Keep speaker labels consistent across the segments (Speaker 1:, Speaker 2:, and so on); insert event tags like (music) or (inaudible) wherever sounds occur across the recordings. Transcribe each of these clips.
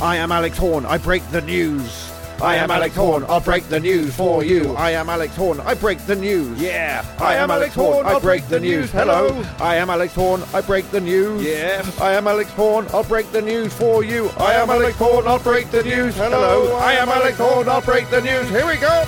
Speaker 1: I am Alex Horn. I break the news. I am Alex Horn. I'll break the news for you. I am Alex Horn. I break the news.
Speaker 2: Yeah.
Speaker 1: I am Alex Horn. I break the news. Hello. I am Alex Horn. I break the news.
Speaker 2: Yeah.
Speaker 1: I am Alex Horn. I'll break the news for you. I am Alex Horn. I'll break the news. Hello. I am Alex Horn. I'll break the news. Here we go.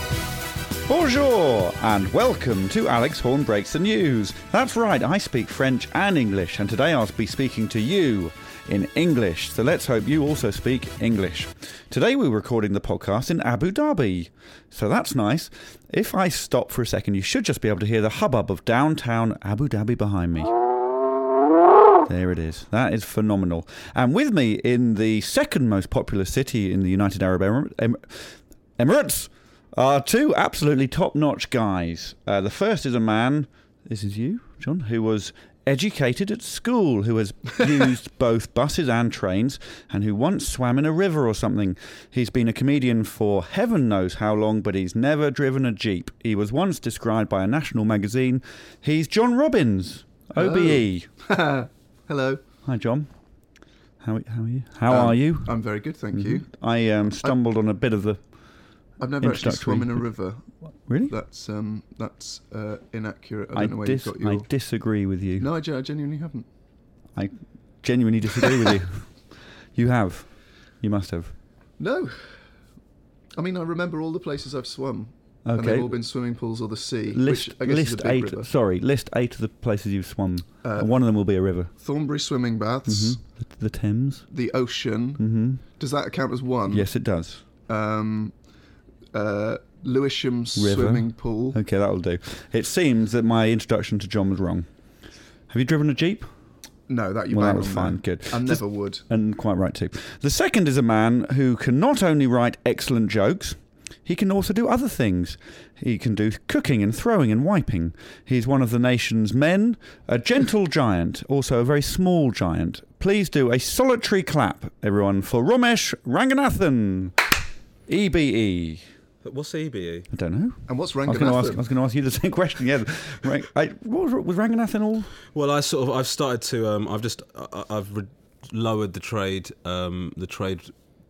Speaker 2: Bonjour and welcome to Alex Horn Breaks the News. That's right, I speak French and English, and today I'll be speaking to you in English. So let's hope you also speak English. Today we're recording the podcast in Abu Dhabi. So that's nice. If I stop for a second, you should just be able to hear the hubbub of downtown Abu Dhabi behind me. There it is. That is phenomenal. And with me in the second most popular city in the United Arab Emir- Em- Emirates are two absolutely top notch guys. Uh, the first is a man, this is you, John, who was educated at school, who has used both buses and trains, and who once swam in a river or something. He's been a comedian for heaven knows how long, but he's never driven a Jeep. He was once described by a national magazine. He's John Robbins, OBE.
Speaker 3: Hello.
Speaker 2: Hi, John. How, how are you? How
Speaker 3: Um,
Speaker 2: are you?
Speaker 3: I'm very good, thank you.
Speaker 2: I um, stumbled on a bit of the.
Speaker 3: I've never actually
Speaker 2: Introductory.
Speaker 3: swum in a river.
Speaker 2: Really?
Speaker 3: That's um, that's uh, inaccurate. I don't
Speaker 2: I,
Speaker 3: know where
Speaker 2: dis-
Speaker 3: you got
Speaker 2: I
Speaker 3: your.
Speaker 2: disagree with you.
Speaker 3: No, I, gen- I genuinely haven't.
Speaker 2: I genuinely disagree with
Speaker 3: (laughs)
Speaker 2: you. You have. You must have.
Speaker 3: No. I mean, I remember all the places I've swum, and
Speaker 2: Okay.
Speaker 3: they've all been swimming pools or the sea,
Speaker 2: List
Speaker 3: which I guess is a
Speaker 2: list
Speaker 3: big
Speaker 2: eight.
Speaker 3: river.
Speaker 2: Sorry, list eight of the places you've swum.
Speaker 3: Uh,
Speaker 2: And one of them will be a river. Mm-hmm.
Speaker 3: Thornbury swimming baths,
Speaker 2: The, the Thames.
Speaker 3: the ocean.
Speaker 2: hmm
Speaker 3: Does that count as one?
Speaker 2: Yes, it does.
Speaker 3: Um, uh, Lewisham
Speaker 2: River. Uh,
Speaker 3: swimming pool.
Speaker 2: Okay, that'll do. It seems that my introduction to John was wrong. Have you driven a jeep?
Speaker 3: No, that you.
Speaker 2: Well, that
Speaker 3: bang
Speaker 2: was
Speaker 3: on
Speaker 2: fine.
Speaker 3: there.
Speaker 2: Good.
Speaker 3: I
Speaker 2: Just-
Speaker 3: never would.
Speaker 2: And quite right too. The second is a man who can not only write excellent jokes, he can also do other things. He can do cooking and throwing and wiping. He's one of the nation's men, a gentle giant, also a very small giant. Please do a solitary clap, everyone, for Ramesh Ranganathan, EBE.
Speaker 4: But what's
Speaker 2: E
Speaker 4: EBE?
Speaker 2: I don't know.
Speaker 3: And what's
Speaker 2: I was going to ask.
Speaker 3: Ranganathan?
Speaker 2: I was going to ask you the same (laughs) question. Yeah, Rang- I, what was, was Ranganathan all?
Speaker 4: Well, I sort of I've started to um, I've just I, I- I've re- lowered the trade um, the trade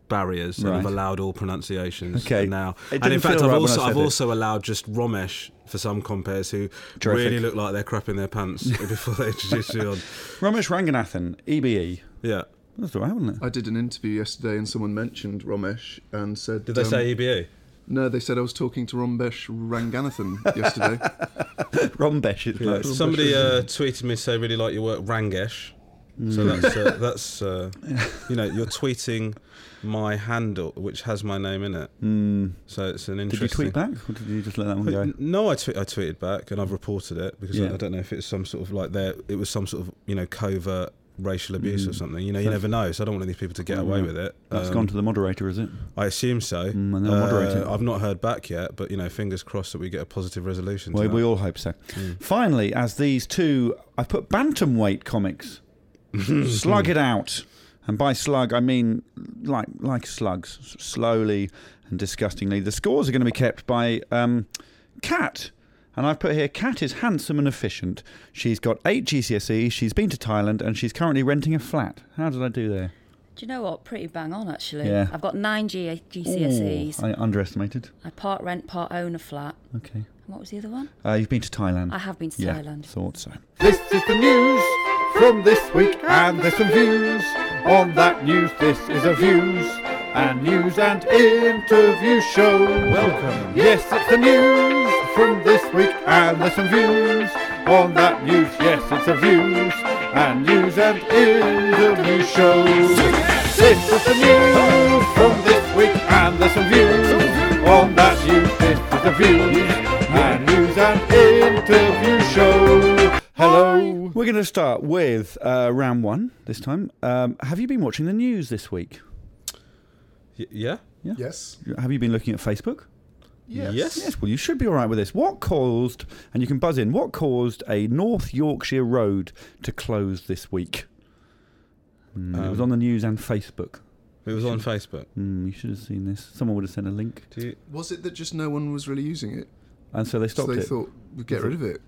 Speaker 4: barriers and I've
Speaker 2: Right.
Speaker 4: allowed all pronunciations
Speaker 2: Okay.
Speaker 4: now.
Speaker 2: It
Speaker 4: and
Speaker 2: didn't
Speaker 4: in fact,
Speaker 2: feel right when
Speaker 4: I've also
Speaker 2: I
Speaker 4: I've
Speaker 2: said it.
Speaker 4: also allowed just Romesh for some compares who
Speaker 2: Terrific.
Speaker 4: really look like they're crapping
Speaker 2: (laughs)
Speaker 4: their pants before they introduce you on.
Speaker 2: Ramesh Ranganathan, EBE.
Speaker 4: Yeah.
Speaker 2: That's all right, wasn't it?
Speaker 3: I did an interview yesterday and someone mentioned Ramesh and said.
Speaker 4: Did they
Speaker 3: um,
Speaker 2: E
Speaker 4: say EBE?
Speaker 3: No, they said I was talking to Ramesh Ranganathan
Speaker 4: (laughs)
Speaker 3: yesterday.
Speaker 2: (laughs) Rombesh. It's like,
Speaker 4: Somebody uh, tweeted me say really like your work Rangesh. So
Speaker 2: Mm. (laughs)
Speaker 4: that's uh, that's uh, you know you're tweeting my handle which has my name in it. So it's an
Speaker 2: Mm. Did you
Speaker 4: interesting.
Speaker 2: tweet back, or did you just let that one go?
Speaker 4: No, I, twe- I tweeted back and I've reported it because I-
Speaker 2: Yeah.
Speaker 4: I don't know if it's some sort of like there it was some sort of you know covert racial abuse or something. You know, you never know. So I don't want these people to get
Speaker 2: Mm,
Speaker 4: away
Speaker 2: yeah.
Speaker 4: with it.
Speaker 2: That's
Speaker 4: Um,
Speaker 2: gone to the moderator, is it?
Speaker 4: I assume so. Uh,
Speaker 2: Mm, and they'll moderate it.
Speaker 4: I've not heard back yet, but you know, fingers crossed that we get a positive resolution.
Speaker 2: Well,
Speaker 4: to
Speaker 2: we all hope so.
Speaker 4: Mm.
Speaker 2: Finally, as these two, I put bantamweight
Speaker 4: (laughs)
Speaker 2: comics. slug it out, and by slug I mean like like slugs, s- slowly and disgustingly. The scores are going to be kept by um, Cat. And I've put here, Cat is handsome and efficient. She's got eight GCSEs, E, she's been to Thailand, and she's currently renting a flat. How did I do there?
Speaker 5: Do you know what? Pretty bang on, actually.
Speaker 2: Yeah.
Speaker 5: I've got nine G-
Speaker 2: Ooh,
Speaker 5: GCSEs.
Speaker 2: I underestimated.
Speaker 5: I part rent, part own a flat.
Speaker 2: Okay.
Speaker 5: And what was the other one?
Speaker 2: Uh, you've been to Thailand.
Speaker 5: I have been to
Speaker 2: yeah,
Speaker 5: Thailand.
Speaker 2: Thought so.
Speaker 1: This is the news from this week, and there's some views on that news. This is a views and news and interview show.
Speaker 2: Welcome.
Speaker 1: Yes, it's the news from this week, and there's some views on that news. Yes, it's a views and news and interview show. This is the news from this week, and there's some views on that news. This is the views and news and interview show. Hello.
Speaker 2: We're going to start with uh, round one this time. Um, have you been watching the news this week?
Speaker 4: Y- yeah.
Speaker 3: yes.
Speaker 2: Have you been looking at Facebook?
Speaker 3: Yes.
Speaker 4: Yes.
Speaker 2: Yes, well, you should be all right with this. What caused, and you can buzz in, what caused a North Yorkshire road to close this week? Mm, it was
Speaker 4: Um,
Speaker 2: on the news and Facebook.
Speaker 4: It was on Facebook.
Speaker 2: Mm, you should have seen this. Someone would have sent a link.
Speaker 4: Do you,
Speaker 3: Was it that just no one was really using it?
Speaker 2: And so they stopped
Speaker 3: so they
Speaker 2: it.
Speaker 3: thought we'd get rid of it.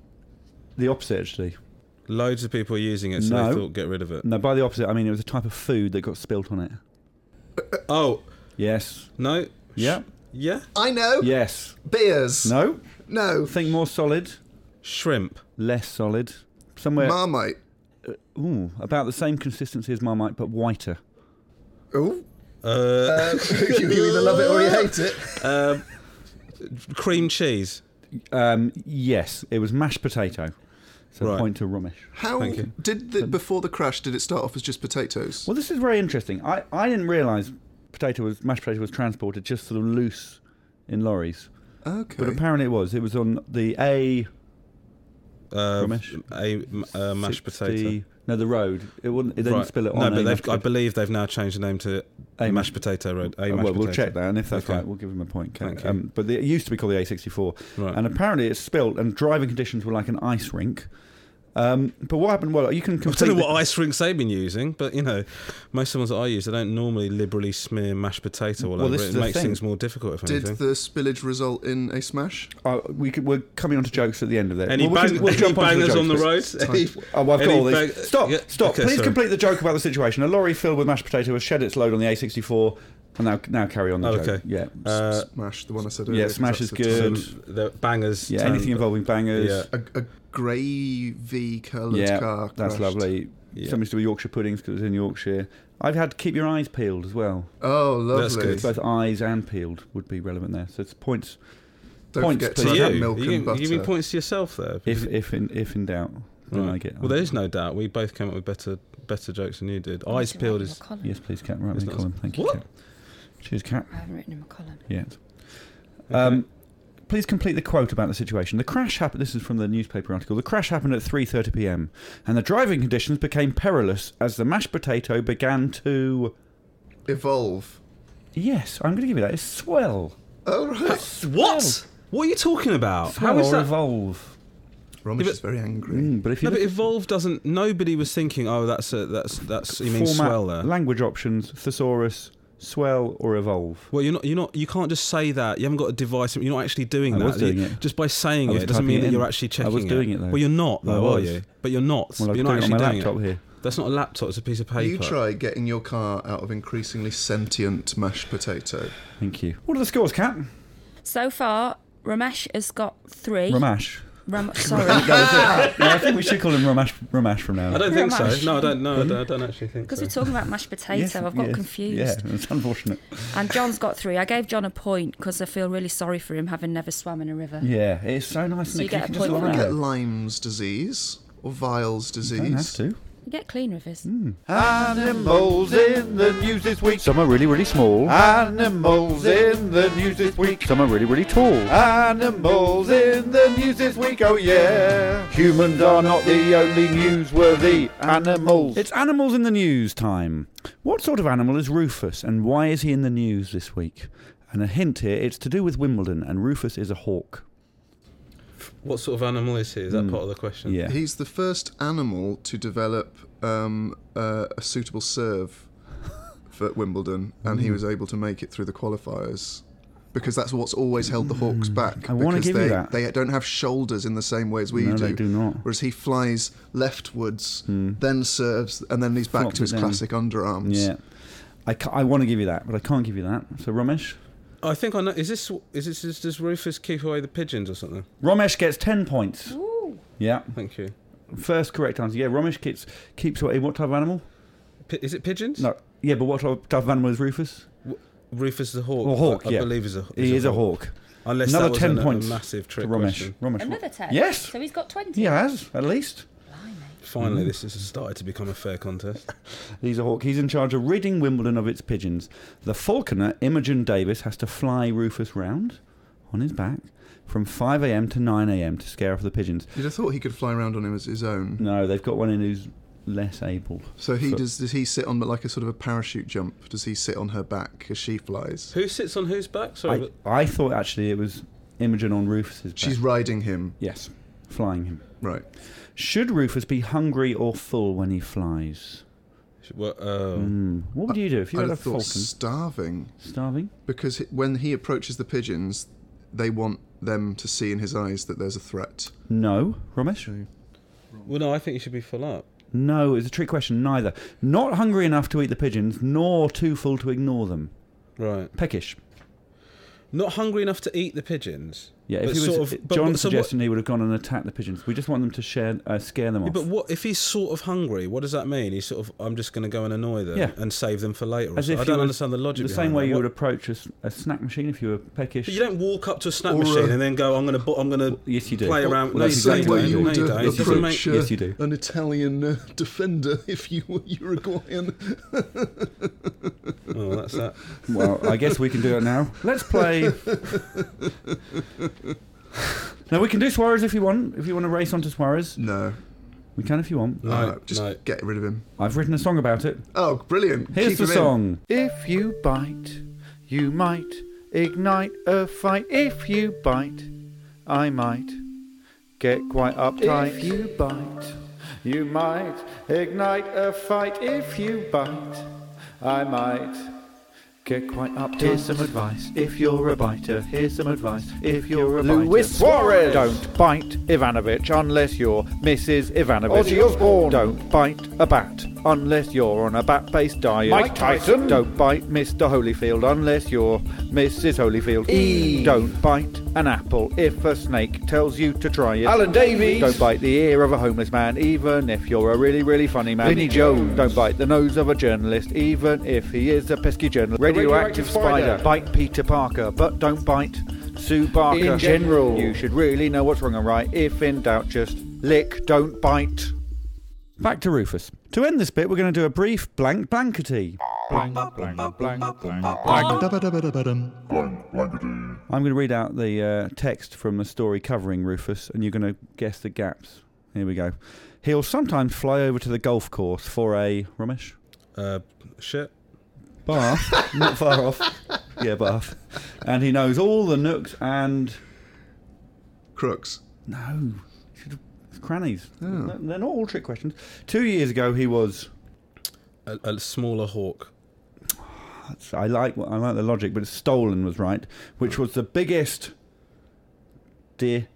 Speaker 2: the opposite, actually.
Speaker 4: loads of people are using it, so
Speaker 2: No.
Speaker 4: they thought get rid of it.
Speaker 2: No, by the opposite, I mean it was a type of food that got spilt on it.
Speaker 4: Oh,
Speaker 2: Yes.
Speaker 4: no.
Speaker 2: Yeah.
Speaker 4: Yeah.
Speaker 3: I know.
Speaker 2: Yes.
Speaker 3: Beers.
Speaker 2: No.
Speaker 3: No.
Speaker 2: Think more solid,
Speaker 4: Shrimp.
Speaker 2: less solid. Somewhere
Speaker 3: Marmite.
Speaker 2: ooh, about the same consistency as Marmite, but whiter.
Speaker 3: Ooh. (laughs)
Speaker 4: Uh,
Speaker 3: Uh, you either love it or you hate it.
Speaker 4: um, cream cheese.
Speaker 2: Um, yes, it was mashed potato. So
Speaker 4: Right.
Speaker 2: point to Romish.
Speaker 3: How
Speaker 4: Thank you.
Speaker 3: did the, before the crash? Did it start off as just potatoes?
Speaker 2: Well, this is very interesting. I, I didn't realise potato was mashed potato was transported just sort of loose in lorries,
Speaker 3: Okay.
Speaker 2: but apparently it was. It was on the A
Speaker 4: Uh,
Speaker 2: Ramesh?
Speaker 4: a uh, mashed
Speaker 2: 60
Speaker 4: potato.
Speaker 2: No, the road. It wouldn't. It didn't
Speaker 4: Right.
Speaker 2: spill it on.
Speaker 4: No,
Speaker 2: a
Speaker 4: but
Speaker 2: mashed
Speaker 4: they've, I
Speaker 2: potato.
Speaker 4: believe they've now changed the name to
Speaker 2: A
Speaker 4: a
Speaker 2: mashed-
Speaker 4: mashed potato road. A
Speaker 2: Uh,
Speaker 4: mashed
Speaker 2: well, we'll
Speaker 4: potato.
Speaker 2: check that, and if that's
Speaker 4: Okay.
Speaker 2: right, we'll give him a point. Kate.
Speaker 4: Thank you.
Speaker 2: Um, but the, it used to be called the A64,
Speaker 4: Right.
Speaker 2: and apparently it spilt, and driving conditions were like an ice rink. Um, but what happened? Well, you can
Speaker 4: I
Speaker 2: complete.
Speaker 4: don't know
Speaker 2: the-
Speaker 4: what ice rinks they've been using, but you know, most of the ones that I use, they don't normally liberally smear mashed potato all
Speaker 2: Well,
Speaker 4: over
Speaker 2: this
Speaker 4: it.
Speaker 2: is
Speaker 4: It
Speaker 2: the
Speaker 4: makes
Speaker 2: thing.
Speaker 4: things more difficult, if
Speaker 3: did
Speaker 4: anything.
Speaker 3: the spillage result in a smash?
Speaker 2: Uh, we could, we're coming on to jokes at the end of it.
Speaker 4: Any,
Speaker 2: Well, we
Speaker 4: bang-
Speaker 2: can- we'll
Speaker 4: any
Speaker 2: jump onto
Speaker 4: bangers
Speaker 2: jokes
Speaker 4: on the
Speaker 2: first.
Speaker 4: road?
Speaker 2: (laughs)
Speaker 4: Any-
Speaker 2: Oh, well, I've got
Speaker 4: any
Speaker 2: all these.
Speaker 4: bang-
Speaker 2: stop,
Speaker 4: Yeah,
Speaker 2: stop.
Speaker 4: okay,
Speaker 2: Please
Speaker 4: sorry.
Speaker 2: complete the joke about the situation. A lorry filled with mashed potato has shed its load on the A64, and now now carry on the
Speaker 4: Oh,
Speaker 2: joke.
Speaker 4: okay.
Speaker 2: Yeah,
Speaker 4: Uh,
Speaker 3: Smash, the one I said
Speaker 2: yeah,
Speaker 3: earlier. 'cause
Speaker 2: smash
Speaker 3: that's
Speaker 2: is
Speaker 3: the-
Speaker 2: good.
Speaker 4: some- the bangers.
Speaker 2: yeah.
Speaker 4: turned-
Speaker 2: Anything involving bangers.
Speaker 4: Yeah.
Speaker 3: A, a gravy coloured
Speaker 2: yeah,
Speaker 3: car. Crashed.
Speaker 2: that's lovely.
Speaker 4: Yeah.
Speaker 2: Something to do with Yorkshire puddings because it's in Yorkshire. I've had keep your eyes peeled as well.
Speaker 3: Oh, lovely.
Speaker 4: That's good.
Speaker 2: Both eyes and peeled would be relevant there. So it's points
Speaker 3: Don't
Speaker 2: Points
Speaker 3: forget
Speaker 2: to
Speaker 3: to,
Speaker 4: To
Speaker 2: Like
Speaker 3: add
Speaker 4: you,
Speaker 3: milk
Speaker 4: you,
Speaker 3: and
Speaker 4: give-
Speaker 3: butter.
Speaker 4: you giving points to yourself there.
Speaker 2: if if in if in doubt. Then I get.
Speaker 4: well, there is no doubt. We both came up with better better jokes than you did. Eyes
Speaker 5: Need to
Speaker 4: peeled
Speaker 5: write in
Speaker 4: Oh, is
Speaker 5: my column.
Speaker 2: yes, please, Cat. Right,
Speaker 4: It's
Speaker 2: me
Speaker 4: not-
Speaker 2: column. Thank you.
Speaker 4: What?
Speaker 2: Cat. Cheers, Cat.
Speaker 5: I haven't written in my column.
Speaker 2: Yeah. Um, please complete the quote about the situation. The crash happened. This is from the newspaper article. The crash happened at 3:30 p.m. and the driving conditions became perilous as the mashed potato began to.
Speaker 3: Evolve.
Speaker 2: Yes, I'm going to give you that. It's swell.
Speaker 3: Oh, right.
Speaker 4: what? What are you talking about?
Speaker 2: Swell
Speaker 4: Oh, How is
Speaker 2: or
Speaker 4: that?
Speaker 2: evolve?
Speaker 3: Romish is very angry.
Speaker 2: Mm, but if you
Speaker 4: No, but
Speaker 2: look
Speaker 4: evolve doesn't. Nobody was thinking. Oh, that's a, that's that's. You mean
Speaker 2: format,
Speaker 4: swell there?
Speaker 2: language options, thesaurus, swell or evolve.
Speaker 4: Well, you're not. You're not. You can't just say that. You haven't got a device. You're not actually doing
Speaker 2: I
Speaker 4: that.
Speaker 2: was doing
Speaker 4: You-
Speaker 2: it.
Speaker 4: Just by saying
Speaker 2: I
Speaker 4: it
Speaker 2: was
Speaker 4: it doesn't
Speaker 2: typing
Speaker 4: mean
Speaker 2: it
Speaker 4: that
Speaker 2: in.
Speaker 4: you're
Speaker 2: I
Speaker 4: actually checking.
Speaker 2: was doing it, though.
Speaker 4: Well, you're not
Speaker 2: I
Speaker 4: though, are
Speaker 2: was.
Speaker 4: you? But you're not.
Speaker 2: Well, I was
Speaker 4: you're not
Speaker 2: doing it on
Speaker 4: actually
Speaker 2: my
Speaker 4: doing
Speaker 2: laptop
Speaker 4: it.
Speaker 2: here.
Speaker 4: That's not a laptop. It's a piece of paper.
Speaker 3: You try getting your car out of increasingly sentient mashed potato.
Speaker 2: Thank you. What are the scores, Cat?
Speaker 5: So far, Ramesh has got three.
Speaker 2: Ramash. (laughs)
Speaker 5: Ram- sorry. (laughs)
Speaker 2: No, I think we should call him Ramash. Ramash from now.
Speaker 4: I
Speaker 2: on.
Speaker 4: don't think so.
Speaker 5: Ramash.
Speaker 4: No, I don't. No, I don't, I don't actually
Speaker 5: (laughs)
Speaker 4: think.
Speaker 5: Because
Speaker 4: so.
Speaker 5: we're talking about mashed potato,
Speaker 2: Yes,
Speaker 5: I've got
Speaker 2: yes,
Speaker 5: confused.
Speaker 2: Yeah, it's unfortunate.
Speaker 5: And John's got three. I gave John a point because I feel really sorry for him having never swam in a river.
Speaker 2: Yeah, it's so nice.
Speaker 5: So
Speaker 2: Nick,
Speaker 5: you get a
Speaker 2: can
Speaker 5: point
Speaker 2: just
Speaker 5: for
Speaker 2: lie.
Speaker 5: that.
Speaker 3: Get Lyme's disease or Vile's disease.
Speaker 2: Oh. Don't have to.
Speaker 5: You get clean rivers.
Speaker 2: Mm.
Speaker 1: Animals in the news this week.
Speaker 2: Some are really, really small.
Speaker 1: Animals in the news this week.
Speaker 2: Some are really, really tall.
Speaker 1: Animals in the news this week. Oh yeah. Humans are not the only newsworthy animals.
Speaker 2: It's animals in the news time. What sort of animal is Rufus and why is he in the news this week? And a hint here it's to do with Wimbledon, and Rufus is a hawk.
Speaker 4: What sort of animal is he? Is that part of the question?
Speaker 2: Hmm. Yeah.
Speaker 3: He's the first animal to develop um, uh, a suitable serve for Wimbledon, and
Speaker 2: Hmm.
Speaker 3: he was able to make it through the qualifiers. Because that's what's always held the Hawks back.
Speaker 2: Hmm. I wanna
Speaker 3: because
Speaker 2: give you
Speaker 3: they,
Speaker 2: that.
Speaker 3: They don't have shoulders in the same way as we
Speaker 2: No,
Speaker 3: do.
Speaker 2: they do not. Hmm.
Speaker 3: Whereas he flies leftwards, then serves, and then he's back
Speaker 2: Flops
Speaker 3: to his
Speaker 2: it down.
Speaker 3: classic underarms.
Speaker 2: Yeah. I, ca- I want to give you that, but I can't give you that. So, Romesh?
Speaker 4: I think I know. Is this is this is, does Rufus keep away the pigeons or something?
Speaker 2: Romesh gets 10 points.
Speaker 5: Ooh.
Speaker 2: Yeah.
Speaker 4: Thank you.
Speaker 2: First correct answer. Yeah, Romesh keeps, keeps away. What type of animal?
Speaker 4: P- is it pigeons?
Speaker 2: No. Yeah, but what type of animal is Rufus?
Speaker 4: Rufus the hawk.
Speaker 2: Well, hawk,
Speaker 4: I, I
Speaker 2: yeah.
Speaker 4: believe is a
Speaker 2: He is a hawk.
Speaker 4: Unless
Speaker 2: Another
Speaker 4: that
Speaker 2: 10
Speaker 4: was
Speaker 2: points
Speaker 4: a massive
Speaker 2: To
Speaker 4: trick
Speaker 2: Romesh.
Speaker 4: question.
Speaker 2: Romesh.
Speaker 5: Another ten.
Speaker 2: Yes.
Speaker 5: So he's got twenty.
Speaker 2: He has, at least. Hmm.
Speaker 4: Finally, this has started to become a fair contest.
Speaker 2: He's a hawk. He's in charge of ridding Wimbledon of its pigeons. The falconer, Imogen Davis, has to fly Rufus round on his back from 5am to 9am to scare off the pigeons.
Speaker 3: You'd have thought he could fly around on him as his own.
Speaker 2: No, they've got one in who's less able.
Speaker 3: So he
Speaker 2: So-
Speaker 3: does. Does he sit on like a sort of a parachute jump? Does he sit on her back as she flies?
Speaker 4: Who sits on whose back? Sorry,
Speaker 2: I,
Speaker 4: but-
Speaker 2: I thought actually it was Imogen on Rufus's back.
Speaker 3: She's riding him,
Speaker 2: yes, flying him.
Speaker 3: right?
Speaker 2: Should Rufus be hungry or full when he flies?
Speaker 4: well, oh.
Speaker 2: Hmm. What would you do if you
Speaker 3: I'd
Speaker 2: had a
Speaker 3: have
Speaker 2: falcon
Speaker 3: thought starving
Speaker 2: starving?
Speaker 3: because h- when he approaches the pigeons, they want them to see in his eyes that there's a threat.
Speaker 2: No, Ramesh.
Speaker 4: well, no, I think you should be full up.
Speaker 2: No, it's a trick question. Neither. Not hungry enough to eat the pigeons, nor too full to ignore them.
Speaker 4: Right.
Speaker 2: Peckish.
Speaker 4: Not hungry enough to eat the pigeons.
Speaker 2: Yeah, if
Speaker 4: but
Speaker 2: he was,
Speaker 4: sort of-
Speaker 2: if
Speaker 4: but-
Speaker 2: John's
Speaker 4: but so what-
Speaker 2: suggestion he would have gone and attacked the pigeons. We just want them to share, uh, scare them
Speaker 4: Yeah,
Speaker 2: off.
Speaker 4: but what if he's sort of hungry? What does that mean? He's sort of I'm just going to go and annoy them
Speaker 2: Yeah.
Speaker 4: and save them for later. Or
Speaker 2: As
Speaker 4: so-
Speaker 2: if
Speaker 4: I
Speaker 2: you
Speaker 4: don't
Speaker 2: were-
Speaker 4: understand the logic.
Speaker 2: the same
Speaker 4: behind
Speaker 2: way
Speaker 4: that.
Speaker 2: you
Speaker 4: What-
Speaker 2: would approach a, s- a snack machine if you were peckish.
Speaker 4: But you don't walk up to a snack
Speaker 3: Or, uh,
Speaker 4: machine and then go, I'm going to, bu-
Speaker 2: (laughs)
Speaker 4: I'm going to
Speaker 2: Yes, you do.
Speaker 4: play
Speaker 2: Well,
Speaker 4: around.
Speaker 2: well, that's
Speaker 4: no,
Speaker 2: exactly
Speaker 4: you
Speaker 2: what
Speaker 4: don't.
Speaker 2: you
Speaker 4: No,
Speaker 2: would
Speaker 4: you
Speaker 2: do.
Speaker 4: don't.
Speaker 2: Yes, you
Speaker 4: doesn't
Speaker 2: do.
Speaker 4: make-
Speaker 2: Yes, you do.
Speaker 3: uh, an Italian uh, defender (laughs) if you were Uruguayan.
Speaker 4: Oh, that's that.
Speaker 2: Well, I guess we can do it now. Let's play. (laughs) now we can do Suarez if you want. If you want to race onto Suarez,
Speaker 3: No,
Speaker 2: we can if you want.
Speaker 4: No,
Speaker 3: uh, just
Speaker 4: no.
Speaker 3: get rid of him.
Speaker 2: I've written a song about it.
Speaker 3: Oh, brilliant!
Speaker 2: Here's
Speaker 3: Keep
Speaker 2: the
Speaker 3: him in.
Speaker 2: song.
Speaker 1: If you bite, you might ignite a fight. If you bite, I might get quite uptight. If you bite, you might ignite a fight. If you bite, I might get quite uptight. Here's some advice if you're a biter. Here's some advice if you're a biter.
Speaker 6: Luis Suarez!
Speaker 1: Don't bite Ivanovic unless you're Mrs. Ivanovic.
Speaker 6: Ozzy Osbourne!
Speaker 1: Don't bite a bat unless you're on a bat-based diet.
Speaker 6: Mike Tyson.
Speaker 1: Don't bite Mr. Holyfield unless you're Mrs. Holyfield.
Speaker 6: Eve.
Speaker 1: Don't bite an apple if a snake tells you to try it.
Speaker 6: Alan Davies.
Speaker 1: Don't bite the ear of a homeless man, even if you're a really, really funny man.
Speaker 6: Vinnie Jones.
Speaker 1: Don't bite the nose of a journalist, even if he is a pesky journalist.
Speaker 6: radioactive spider.
Speaker 1: Bite Peter Parker, but don't bite Sue Barker.
Speaker 6: In general.
Speaker 1: You should really know what's wrong and right. If in doubt, just lick, don't bite.
Speaker 2: Back to Rufus. To end this bit, we're going to do a brief blank blankety. I'm going to read out the uh, text from the story covering Rufus, and you're going to guess the gaps. Here we go. He'll sometimes fly over to the golf course for a Ramesh
Speaker 4: Uh, shit.
Speaker 2: bath,
Speaker 4: (laughs)
Speaker 2: not far off. Yeah, bath, and he knows all the nooks and
Speaker 3: Crooks.
Speaker 2: no should have- crannies.
Speaker 4: Oh.
Speaker 2: They're not all trick questions. Two years ago, he was
Speaker 4: A, a smaller hawk.
Speaker 2: That's- I like I like the logic, but stolen was right, which was the biggest di,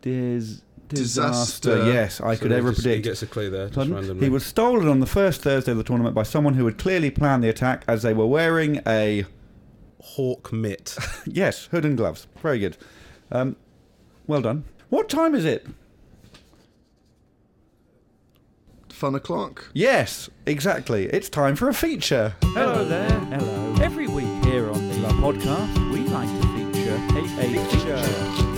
Speaker 2: dis, disaster.
Speaker 3: Disaster.
Speaker 2: Yes, I
Speaker 4: So
Speaker 2: could
Speaker 4: he
Speaker 2: ever
Speaker 4: just- He
Speaker 2: predict.
Speaker 4: gets a clue there. Just
Speaker 2: Pardon?
Speaker 4: randomly.
Speaker 2: He was stolen on the first Thursday of the tournament by someone who had clearly planned the attack, as they were wearing a (laughs)
Speaker 4: hawk mitt.
Speaker 2: yes hood and gloves. Very good. Um, well done. What time is it?
Speaker 3: Fun o'clock.
Speaker 2: Yes, exactly. It's time for a feature.
Speaker 6: Hello there. Hello. Every week here on the podcast, we like to feature a, a feature.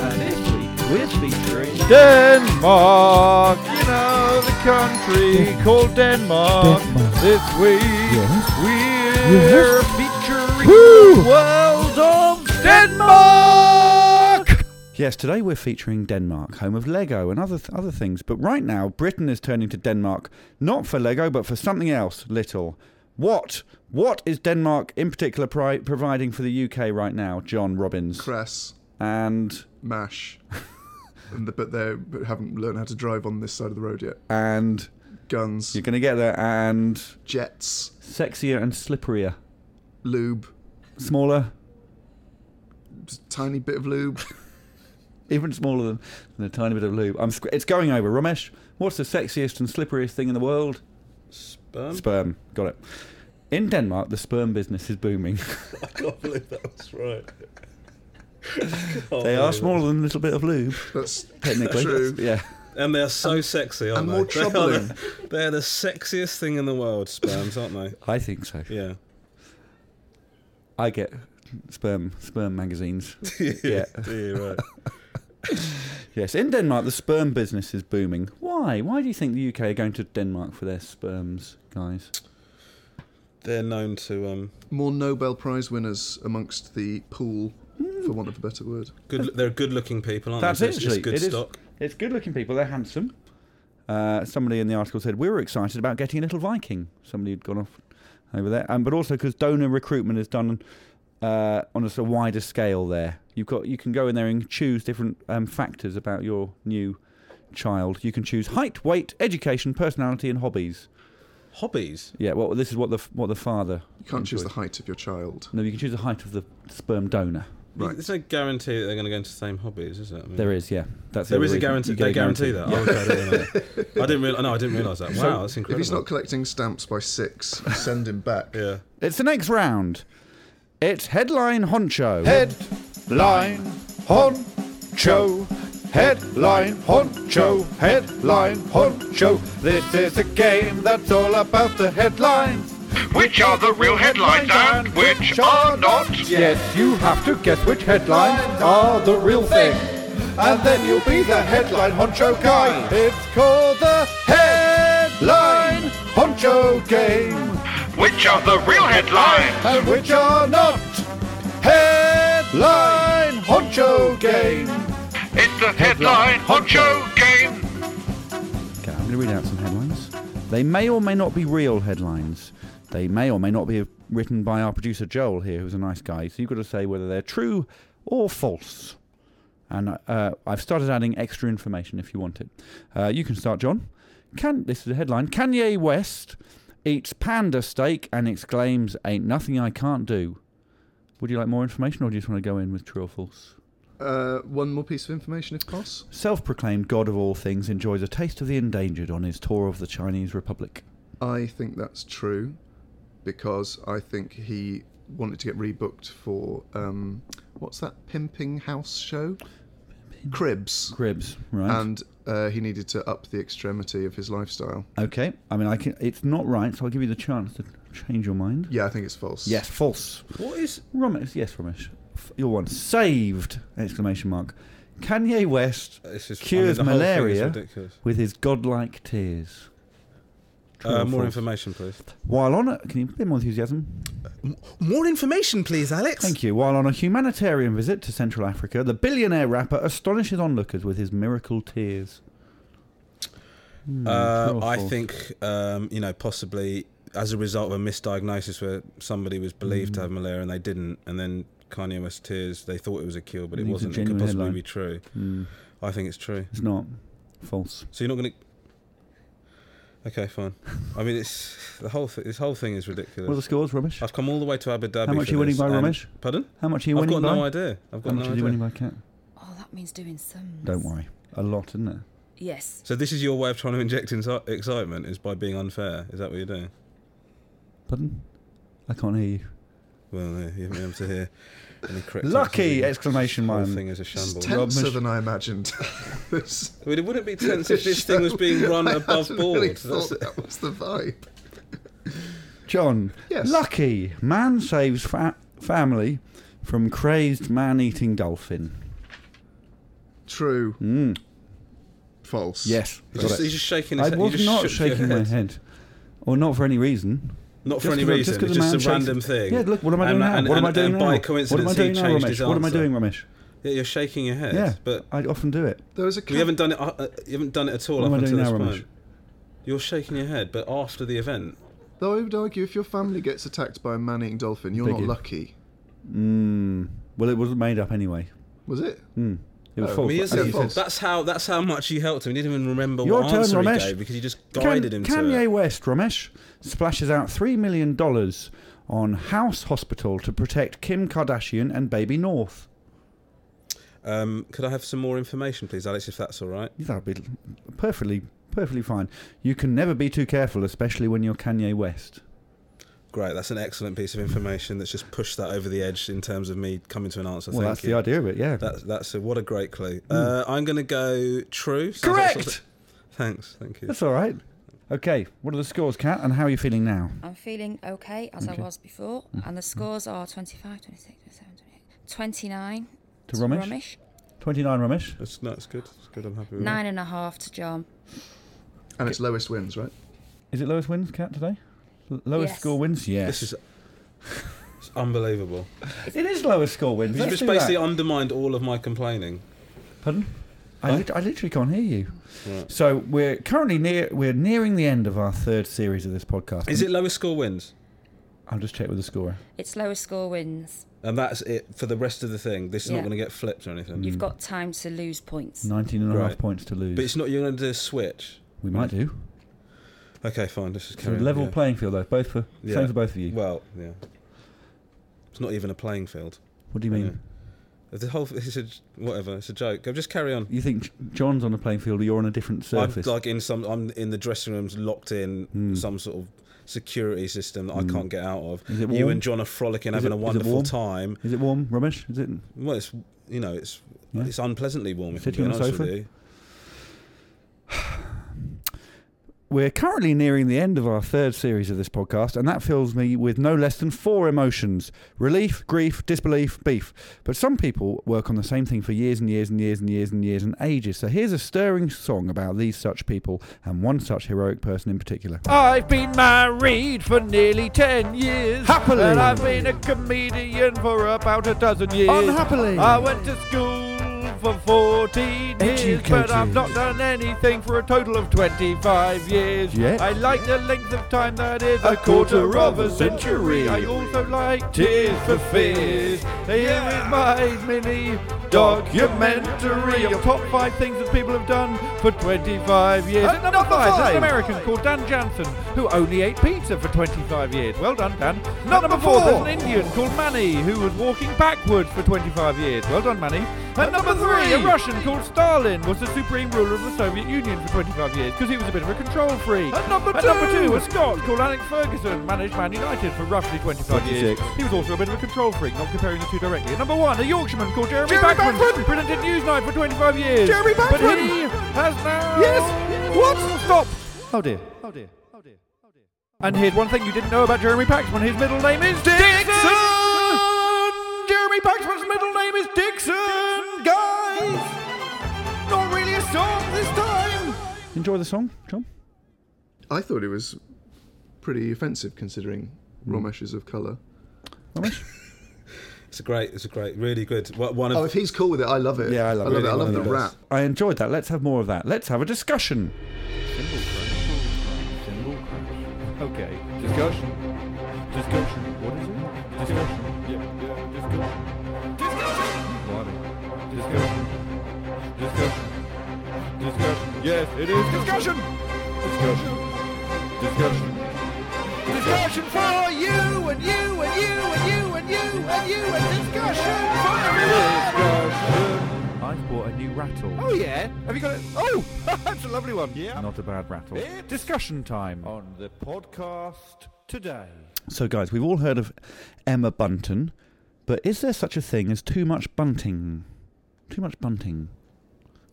Speaker 6: And this week, we're featuring
Speaker 1: Denmark, you know the country called Denmark. This week we're featuring the world of Denmark.
Speaker 2: Yes, today we're featuring Denmark, home of Lego and other other things. But right now, Britain is turning to Denmark not for Lego, but for something else. Little, what? What is Denmark in particular pri- providing for the UK right now, John Robbins?
Speaker 3: Cress.
Speaker 2: And (laughs)
Speaker 3: Mash. and the, but they but haven't learned how to drive on this side of the road yet.
Speaker 2: and
Speaker 3: Guns.
Speaker 2: you're gonna get there. And
Speaker 3: Jets.
Speaker 2: sexier and slipperier,
Speaker 3: Lube.
Speaker 2: smaller,
Speaker 3: Just a tiny bit of lube.
Speaker 2: even smaller than, than a tiny bit of lube. I'm. sc- It's going over. Ramesh, what's the sexiest and slipperiest thing in the world?
Speaker 3: Um,
Speaker 4: Sperm.
Speaker 2: Sperm. Got it. In Denmark, the sperm business is booming.
Speaker 4: (laughs) I can't believe that was
Speaker 2: (laughs)
Speaker 4: right.
Speaker 2: They are smaller than a little bit of lube,
Speaker 3: Oh, (laughs) That's
Speaker 2: technically.
Speaker 3: true.
Speaker 2: Yeah.
Speaker 4: And they're so sexy,
Speaker 3: and
Speaker 4: aren't they? (laughs)
Speaker 3: more
Speaker 4: They are
Speaker 3: troubling.
Speaker 4: the- They're the sexiest thing in the world, sperms, aren't they?
Speaker 2: I think so.
Speaker 4: Yeah.
Speaker 2: I get sperm sperm magazines. (laughs) yeah.
Speaker 4: Yeah, right.
Speaker 2: Yes. In Denmark, the sperm business is booming. Why? Why do you think the UK are going to Denmark for their sperms, guys?
Speaker 4: (laughs) They're known to um,
Speaker 3: More Nobel Prize winners amongst the pool, for want of a better word.
Speaker 4: good. They're good-looking people, aren't
Speaker 2: That's
Speaker 4: they?
Speaker 2: it.
Speaker 4: So it's-
Speaker 2: Actually,
Speaker 4: It's good
Speaker 2: It is-
Speaker 4: stock.
Speaker 2: It's good-looking people. They're handsome. Uh, somebody in the article said we were excited about getting a little Viking. Somebody had gone off over there, um, but also because donor recruitment is done uh, on a sort of wider scale. There, you've got you can go in there and choose different um, factors about your new child. You can choose height, weight, education, personality, and hobbies.
Speaker 4: Hobbies.
Speaker 2: Yeah, well, this is what the what the father
Speaker 3: You can't choose the
Speaker 2: enjoys.
Speaker 3: height of your child.
Speaker 2: No, you can choose the height of the sperm donor.
Speaker 3: Right.
Speaker 4: There's no guarantee that they're going to go into the same hobbies, is there? I mean,
Speaker 2: There is, yeah. That's the
Speaker 4: There
Speaker 2: other
Speaker 4: is a
Speaker 2: reason.
Speaker 4: guarantee.
Speaker 2: You get
Speaker 4: They
Speaker 2: a
Speaker 4: guarantee that. Oh, okay, I didn't know
Speaker 2: (laughs)
Speaker 4: that. I didn't realize. No, I didn't realize that. Wow, that's incredible.
Speaker 3: If he's not collecting stamps by six, (laughs) send him back.
Speaker 4: yeah.
Speaker 2: It's the next round. It's headline honcho.
Speaker 1: Headline honcho. Headline honcho. Headline honcho. This is a game that's all about the headlines.
Speaker 7: Which are the real headlines and which are not?
Speaker 1: Yes, you have to guess which headlines are the real thing. And then you'll be the headline honcho guy. It's called the headline honcho game.
Speaker 7: Which are the real headlines?
Speaker 1: And which are not headline honcho game.
Speaker 7: It's the headline honcho game.
Speaker 2: Okay, I'm going to read out some headlines. They may or may not be real headlines. They may or may not be written by our producer Joel here, who's a nice guy. So you've got to say whether they're true or false. And uh, I've started adding extra information if you want it. Uh, you can start, John. Can this is a headline? Kanye West eats panda steak and exclaims, "Ain't nothing I can't do." Would you like more information, or do you just want to go in with true or false?
Speaker 3: Uh, one more piece of information, if possible.
Speaker 2: Self-proclaimed god of all things enjoys a taste of the endangered on his tour of the Chinese Republic.
Speaker 3: I think that's true because I think he wanted to get rebooked for um, what's that pimping house show? Cribs.
Speaker 2: Cribs, right?
Speaker 4: Um,
Speaker 3: And uh, he needed to up the extremity of his lifestyle.
Speaker 2: okay. I mean, I can. It's not right, so I'll give you the chance to change your mind.
Speaker 3: Yeah, I think it's false.
Speaker 2: Yes, false.
Speaker 4: What is?
Speaker 2: Ramesh, yes, Ramesh. F- Your one saved! Exclamation mark. Kanye West
Speaker 4: This is I mean,
Speaker 2: cures
Speaker 4: the whole thing is
Speaker 2: malaria
Speaker 4: ridiculous.
Speaker 2: with his godlike tears. True or
Speaker 4: Uh, more
Speaker 2: false?
Speaker 4: information, please.
Speaker 2: While on a, can you a bit more enthusiasm?
Speaker 4: More information, please, Alex.
Speaker 2: Thank you. While on a humanitarian visit to Central Africa, the billionaire rapper astonishes onlookers with his miracle tears. Hmm,
Speaker 4: Uh,
Speaker 2: True or
Speaker 4: I
Speaker 2: false?
Speaker 4: think um, you know possibly as a result of a misdiagnosis where somebody was believed to
Speaker 2: Hmm.
Speaker 4: have malaria and they didn't, and then Kanye West tears. They thought it was a cure, but it
Speaker 2: And it's a
Speaker 4: wasn't. It could
Speaker 2: genuine
Speaker 4: possibly
Speaker 2: headline.
Speaker 4: be true. I think it's true.
Speaker 2: Hmm, It's not false.
Speaker 4: So you're not going to. (laughs) Okay, fine. I mean, it's the whole thi- this whole thing is ridiculous.
Speaker 2: What are the scores, Ramesh?
Speaker 4: I've come all the way to Abu Dhabi.
Speaker 2: How much
Speaker 4: for
Speaker 2: are you winning
Speaker 4: this,
Speaker 2: by,
Speaker 4: and-
Speaker 2: Ramesh?
Speaker 4: Pardon?
Speaker 2: How much are you
Speaker 4: I've
Speaker 2: winning
Speaker 4: got
Speaker 2: by?
Speaker 4: no idea. I've got
Speaker 2: How much
Speaker 4: no
Speaker 2: are you winning
Speaker 4: idea.
Speaker 2: by, Cat?
Speaker 5: Oh, that means doing some.
Speaker 2: Don't worry. A lot, isn't it?
Speaker 5: Yes.
Speaker 4: So this is your way of trying to inject insi- excitement is by being unfair. Is that what you're doing?
Speaker 2: Pardon? I can't hear you.
Speaker 4: Well, yeah, you haven't been able to hear any correct.
Speaker 2: Lucky!
Speaker 4: answers.
Speaker 2: Exclamation
Speaker 4: Whole
Speaker 2: mark.
Speaker 4: thing is a
Speaker 3: It's
Speaker 4: shambles.
Speaker 3: tenser
Speaker 2: Rubbish.
Speaker 3: than I imagined. (laughs) This-
Speaker 4: Well, it wouldn't be tense if this thing
Speaker 3: (laughs)
Speaker 4: was being
Speaker 2: (laughs)
Speaker 4: run
Speaker 3: I
Speaker 4: above
Speaker 3: hadn't
Speaker 4: board.
Speaker 3: really
Speaker 4: That's-
Speaker 3: thought that was the vibe.
Speaker 2: John.
Speaker 3: Yes.
Speaker 2: Lucky! Man saves fa- family from crazed man eating dolphin.
Speaker 3: True.
Speaker 4: Hmm.
Speaker 3: False.
Speaker 2: Yes.
Speaker 4: He's
Speaker 2: got
Speaker 4: just,
Speaker 2: it.
Speaker 4: he's just shaking his
Speaker 2: I
Speaker 4: head. You
Speaker 2: was
Speaker 4: just
Speaker 2: not
Speaker 4: shook your
Speaker 2: shaking my head. Or not for any reason.
Speaker 4: Not
Speaker 2: Just
Speaker 4: for any
Speaker 2: 'cause I-
Speaker 4: reason.
Speaker 2: just
Speaker 4: it's
Speaker 2: 'cause a
Speaker 4: just a
Speaker 2: man shakes-
Speaker 4: random thing.
Speaker 2: Yeah, look, what am I
Speaker 4: And-
Speaker 2: doing now?
Speaker 4: and-
Speaker 2: What am I
Speaker 4: and-
Speaker 2: doing
Speaker 4: and
Speaker 2: now?
Speaker 4: by
Speaker 2: what am I
Speaker 4: coincidence,
Speaker 2: doing
Speaker 4: he
Speaker 2: now,
Speaker 4: changed
Speaker 2: Ramesh?
Speaker 4: his
Speaker 2: What am I
Speaker 4: answer.
Speaker 2: doing, Ramesh?
Speaker 4: Yeah, you're shaking your head.
Speaker 2: Yeah,
Speaker 4: But
Speaker 2: I often do it.
Speaker 3: There was a cat.
Speaker 4: we haven't done it. Uh, you haven't done it at all
Speaker 2: What am I
Speaker 4: up
Speaker 2: doing
Speaker 4: until this
Speaker 2: now, Ramesh?
Speaker 4: point. You're shaking your head, but after the event,
Speaker 3: Though I would argue, if your family gets attacked by a man-eating dolphin, you're
Speaker 2: Biggie.
Speaker 3: not lucky.
Speaker 2: Mm. Well, it wasn't made up anyway. Hmm.
Speaker 3: Was it?
Speaker 2: It was
Speaker 3: Oh,
Speaker 2: false.
Speaker 4: I mean,
Speaker 2: but-
Speaker 4: is
Speaker 3: I
Speaker 4: it-
Speaker 3: think it's-
Speaker 4: that's how that's how much you helped him. He didn't even remember
Speaker 2: Your
Speaker 4: what
Speaker 2: turn,
Speaker 4: answer
Speaker 2: Ramesh.
Speaker 4: he gave because you just
Speaker 2: Kan-
Speaker 4: guided him to.
Speaker 2: Kanye
Speaker 4: it.
Speaker 2: West, Ramesh, splashes out $3 million on House Hospital to protect Kim Kardashian and Baby North.
Speaker 4: Um, could I have some more information, please, Alex? If that's all right.
Speaker 2: That would be perfectly, perfectly fine. You can never be too careful, especially when you're Kanye West.
Speaker 4: Great. That's an excellent piece of information. That's just pushed that over the edge in terms of me coming to an answer.
Speaker 2: Well,
Speaker 4: Thank
Speaker 2: that's
Speaker 4: you.
Speaker 2: the idea of it, yeah.
Speaker 4: That's that's a, what a great clue. Uh, I'm going to go true. Sounds like
Speaker 2: Correct!
Speaker 4: something- Thanks. Thank you.
Speaker 2: That's all right. Okay, what are the scores, Kat, and how are you feeling now?
Speaker 5: I'm feeling okay as I was before,
Speaker 2: Mm.
Speaker 5: and the scores are 25, 26, 27, 28, 29
Speaker 2: To Ramesh? 29, Ramesh.
Speaker 4: That's, no, it's good. It's good. I'm happy with
Speaker 5: nine and a half to John.
Speaker 3: And it's lowest wins, right?
Speaker 2: Is it lowest wins, Cat, today? L- lowest
Speaker 5: Yes.
Speaker 2: score wins?
Speaker 4: that.
Speaker 2: Yes.
Speaker 4: This is it's
Speaker 2: (laughs)
Speaker 4: unbelievable.
Speaker 2: it is lowest score wins.
Speaker 4: You've
Speaker 2: Let's
Speaker 4: just
Speaker 2: do that.
Speaker 4: basically undermined all of my complaining.
Speaker 2: Pardon? I, lit- I literally can't hear you. So we're currently near. We're nearing the end of our third series of this podcast.
Speaker 4: Is it lowest score wins?
Speaker 2: I'll just check with the scorer.
Speaker 5: It's lowest score wins.
Speaker 4: And that's it for the rest of the thing. This is not
Speaker 5: Yeah.
Speaker 4: going to get flipped or anything.
Speaker 2: Mm.
Speaker 5: You've got time to lose points.
Speaker 2: 19 and a half
Speaker 4: Right.
Speaker 2: points to lose.
Speaker 4: But it's not. You're going to do a switch.
Speaker 2: we might do.
Speaker 4: Okay, fine. This is
Speaker 2: So level
Speaker 4: yeah.
Speaker 2: playing field, though. Both for
Speaker 4: Yeah.
Speaker 2: same for both of you.
Speaker 4: Well, yeah. It's not even a playing field.
Speaker 2: what do you mean?
Speaker 4: If the whole (laughs) it's a, whatever, it's a joke. Go just carry on.
Speaker 2: You think J- John's on a playing field or you're on a different surface? Hmm.
Speaker 4: I'm like in some. I'm in the dressing rooms, locked in some sort of security system that I can't get out of.
Speaker 2: Is it
Speaker 4: You
Speaker 2: warm?
Speaker 4: and John are frolicking,
Speaker 2: Is
Speaker 4: having
Speaker 2: it-
Speaker 4: a
Speaker 2: is it
Speaker 4: wonderful
Speaker 2: warm?
Speaker 4: time.
Speaker 2: Is it warm rubbish? Is it?
Speaker 4: Well, it's you know, it's
Speaker 2: Yeah.
Speaker 4: it's unpleasantly warm. If I'm
Speaker 2: Sitting
Speaker 4: being
Speaker 2: on the
Speaker 4: honest with
Speaker 2: sofa?
Speaker 4: you.
Speaker 2: We're currently nearing the end of our third series of this podcast, and that fills me with no less than four emotions relief, grief, disbelief, beef. But some people work on the same thing for years and years and years and years and years and ages. So here's a stirring song about these such people and one such heroic person in particular.
Speaker 6: I've been married for nearly 10 years.
Speaker 2: Happily.
Speaker 6: And I've been a comedian for about a dozen years.
Speaker 2: Unhappily.
Speaker 6: I went to school for 14 years, but I've
Speaker 2: Educated.
Speaker 6: not done anything for a total of 25 years.
Speaker 2: Yet.
Speaker 6: I like the length of time that is
Speaker 2: A quarter of a century.
Speaker 6: I also like Tears for Fears. Here is my mini documentary of top five things that people have done for 25 years. At Uh, number five, there's an American called Dan Jansen who only ate pizza for 25 years. Well done, Dan. At number four, there's an Indian called Manny who was walking backwards for 25 years. Well done, Manny. At number three, a Russian called Stalin was the supreme ruler of the Soviet Union for 25 years because he was a bit of a control freak. At number two, a Scot called Alex Ferguson managed Man United for roughly 25 years.
Speaker 2: 26.
Speaker 6: He was also a bit of a control freak, not comparing the two directly. At number one, a Yorkshireman called Jeremy,
Speaker 2: Jeremy
Speaker 6: Backman,
Speaker 2: Backman!
Speaker 6: presented Newsnight for 25 years.
Speaker 2: Jeremy
Speaker 6: But
Speaker 2: Backman!
Speaker 6: he has now...
Speaker 2: Yes! What?
Speaker 6: Stop! Oh dear, oh dear, oh dear, oh dear. And here's one thing you didn't know about Jeremy Paxman. His middle name is Dixon! (laughs) Jeremy Paxman's middle name is Dixon! Guys! Not really a song this time!
Speaker 2: Enjoy the song, John?
Speaker 3: I thought it was pretty offensive considering
Speaker 4: Hmm.
Speaker 3: Ramesh is of colour.
Speaker 2: Ramesh?
Speaker 4: It's a great. It's a great. Really good. What- One of
Speaker 3: Oh, if he's cool with it, I love it.
Speaker 2: Yeah, I love
Speaker 3: I love
Speaker 2: it.
Speaker 3: it. I love the
Speaker 2: Really
Speaker 3: rap.
Speaker 2: I enjoyed that. Let's have more of that. Let's have a discussion.
Speaker 6: Okay, discussion. Discussion. What is it? Discussion. Yeah, yeah, discussion. Discussion! Discussion. Discussion. Discussion. Yes, it is discussion! Discussion. Discussion. Discussion for you and you and you and you and you and you and discussion for everyone! I've bought a new rattle.
Speaker 2: Oh, yeah. Have you got it?
Speaker 6: (laughs)
Speaker 2: Oh, that's a lovely one.
Speaker 6: yeah. Not a bad rattle.
Speaker 2: Discussion time.
Speaker 6: on the podcast today.
Speaker 2: So, guys, we've all heard of Emma Bunton, but is there such a thing as too much bunting? Too much bunting.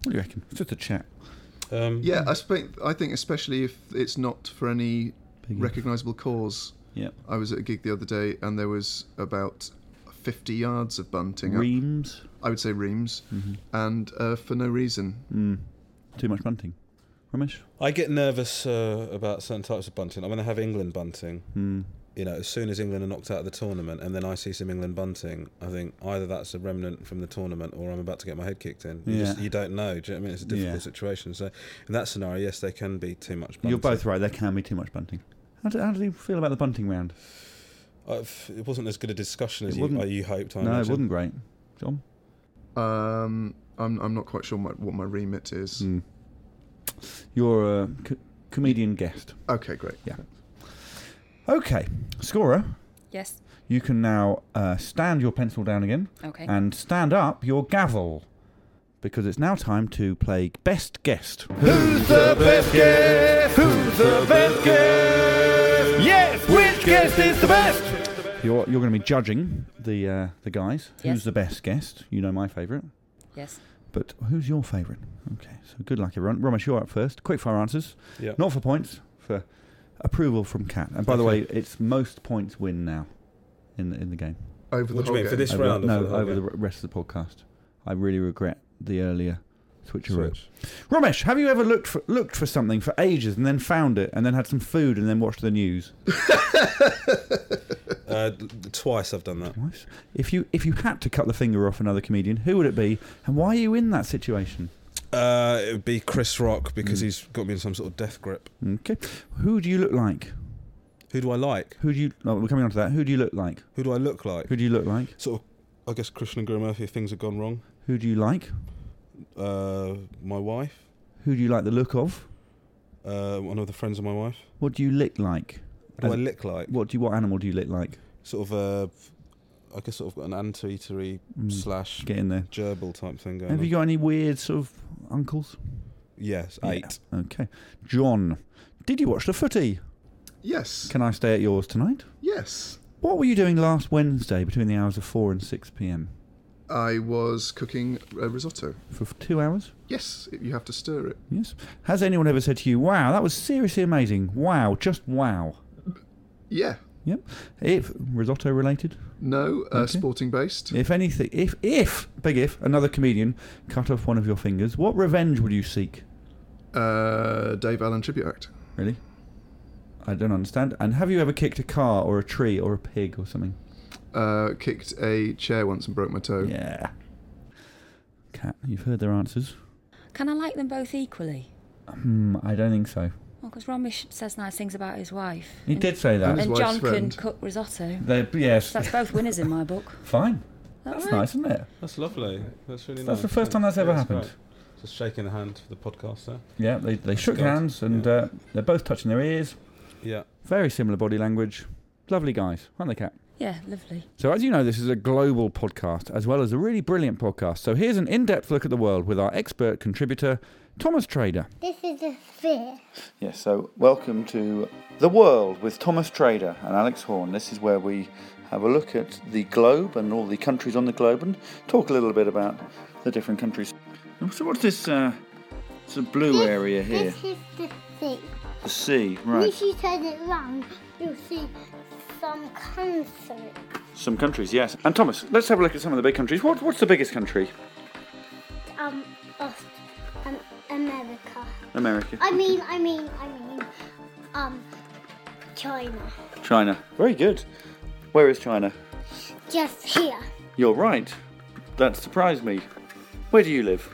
Speaker 2: What do you reckon? It's just a chat.
Speaker 4: um,
Speaker 3: Yeah, I, spe- I think especially if it's not for any
Speaker 2: Big-
Speaker 3: recognisable cause.
Speaker 2: Yeah.
Speaker 3: I was at a gig the other day and there was about 50 yards of bunting. up.
Speaker 2: Reams.
Speaker 3: I would say reams,
Speaker 2: Mm-hmm.
Speaker 3: and uh, for no reason.
Speaker 2: Too much bunting. Ramesh?
Speaker 4: I get nervous uh, about certain types of bunting. I'm going to have England bunting.
Speaker 2: Hmm.
Speaker 4: You know, as soon as England are knocked out of the tournament, and then I see some England bunting, I think either that's a remnant from the tournament, or I'm about to get my head kicked in. You,
Speaker 2: Yeah.
Speaker 4: just, you don't know. Do you know what I mean? It's a difficult
Speaker 2: Yeah.
Speaker 4: situation. So in that scenario, yes, there can be too much. Bunting.
Speaker 2: You're both right. There can be too much bunting. How do, how do you feel about the bunting round?
Speaker 4: I've, Uh, it wasn't as good a discussion
Speaker 2: It
Speaker 4: as
Speaker 2: wouldn't-
Speaker 4: you, uh, you hoped. I
Speaker 2: no, it
Speaker 4: imagine.
Speaker 2: wasn't great. John? Mm.
Speaker 3: Um, I'm, I'm not quite sure my, what my remit is.
Speaker 2: Mm. You're a co- comedian guest.
Speaker 3: Okay, great.
Speaker 2: Yeah. Okay. Scorer,
Speaker 5: Yes.
Speaker 2: you can now uh, stand your pencil down again.
Speaker 5: Okay.
Speaker 2: and stand up your gavel because it's now time to play best guest. Who's the best guest? Who's the best guest? Yes, which guest is the best? You're you're going to be judging the uh, the guys. Who's
Speaker 5: Yes.
Speaker 2: the best guest? You know my favourite,
Speaker 5: Yes.
Speaker 2: but who's your favourite? Okay, so good luck everyone. Ramesh, you're up first. Quick fire answers,
Speaker 4: Yeah.
Speaker 2: not for points, for approval from Cat. And by the way, it's most points win now in the, in the game
Speaker 3: Over
Speaker 4: What
Speaker 3: the
Speaker 4: do you
Speaker 3: whole
Speaker 4: mean, for
Speaker 3: game.
Speaker 4: this
Speaker 2: over,
Speaker 4: round or
Speaker 2: no,
Speaker 4: for the whole
Speaker 2: over the
Speaker 4: game?
Speaker 2: r- rest of the podcast. I really regret the earlier switcheroo.
Speaker 4: Switch.
Speaker 2: Ramesh, have you ever looked for, looked for something for ages and then found it and then had some food and then watched the news?
Speaker 4: Uh, d- twice
Speaker 2: (laughs)
Speaker 4: I've done that.
Speaker 2: Nice. If you if you had to cut the finger off another comedian, who would it be and why are you in that situation?
Speaker 4: Uh, it would be Chris Rock
Speaker 2: Hmm.
Speaker 4: because he's got me in some sort of death grip.
Speaker 2: Okay. Who do you look like?
Speaker 4: Who do I like?
Speaker 2: Who do you? Oh, we're coming on to that. Who do you look like?
Speaker 4: Who do I look like?
Speaker 2: Who do you look like?
Speaker 4: Sort of, I guess Christian and Guru Murphy. If things have gone wrong.
Speaker 2: Who do you like?
Speaker 4: Uh, my wife.
Speaker 2: Who do you like the look of?
Speaker 4: Uh, one of the friends of my wife.
Speaker 2: What do you lick like?
Speaker 4: What do I
Speaker 2: As-
Speaker 4: look like?
Speaker 2: What do you? What animal do you lick like?
Speaker 4: Sort of a I guess sort of got an anteatery slash
Speaker 2: Get in there.
Speaker 4: gerbil type thing going.
Speaker 2: Mm. Have
Speaker 4: on.
Speaker 2: you got any weird sort of uncles?
Speaker 4: yes,
Speaker 2: Yeah.
Speaker 4: eight.
Speaker 2: Okay. John, did you watch the footy?
Speaker 3: Yes.
Speaker 2: Can I stay at yours tonight?
Speaker 3: Yes.
Speaker 2: What were you doing last Wednesday between the hours of 4 and 6 p.m.?
Speaker 3: I was cooking uh, risotto.
Speaker 2: For f- two hours?
Speaker 3: Yes, you have to stir it.
Speaker 2: Yes. Has anyone ever said to you, wow, that was seriously amazing? Wow, just wow.
Speaker 3: Yeah.
Speaker 2: Yep. If risotto related,
Speaker 3: No, uh,
Speaker 2: Okay.
Speaker 3: sporting based.
Speaker 2: if anything, if, if, big if, another comedian cut off one of your fingers, what revenge would you seek?
Speaker 3: Uh, Dave Allen Tribute Act.
Speaker 2: Really? I don't understand. And have you ever kicked a car or a tree or a pig or something?
Speaker 3: Uh, kicked a chair once and broke my toe.
Speaker 2: Yeah. Cat, you've heard their answers.
Speaker 5: Can I like them both equally?
Speaker 2: Hmm, I don't think so.
Speaker 5: Because Romish says nice things about his wife.
Speaker 2: He
Speaker 5: and,
Speaker 2: did say
Speaker 3: his
Speaker 2: that.
Speaker 5: And
Speaker 3: wife's
Speaker 5: John can
Speaker 3: friend.
Speaker 5: cook risotto.
Speaker 2: They, yes,
Speaker 5: So that's both winners in my book.
Speaker 2: (laughs) fine.
Speaker 5: That's
Speaker 2: That's nice, isn't it?
Speaker 4: That's lovely. That's really
Speaker 2: That's
Speaker 4: nice.
Speaker 2: the first time that's
Speaker 4: Yeah,
Speaker 2: ever
Speaker 4: it's
Speaker 2: happened.
Speaker 4: great. Just shaking the hand for the podcast there.
Speaker 2: Yeah, they, they shook
Speaker 4: good.
Speaker 2: hands and
Speaker 4: Yeah.
Speaker 2: uh, they're both touching their ears.
Speaker 4: Yeah.
Speaker 2: Very similar body language. Lovely guys, aren't they, Cat?
Speaker 5: Yeah, lovely.
Speaker 2: So, as you know, this is a global podcast as well as a really brilliant podcast. So, here's an in depth look at the world with our expert contributor, Thomas Trader.
Speaker 8: This is a sphere.
Speaker 2: Yes, so welcome to The World with Thomas Trader and Alex Horn. This is where we have a look at the globe and all the countries on the globe and talk a little bit about the different countries. So, what's this uh, sort of blue area here?
Speaker 8: This is the sea.
Speaker 2: The sea, right.
Speaker 8: If you turn it round, you'll see some country.
Speaker 2: Some countries, yes. And Thomas, let's have a look at some of the big countries. What, what's the biggest country?
Speaker 8: Um, Aus- um, America.
Speaker 2: America.
Speaker 8: I mean, I mean, I mean, um, China.
Speaker 2: China. Very good. Where is China?
Speaker 8: Just here.
Speaker 2: You're right. That surprised me. Where do you live?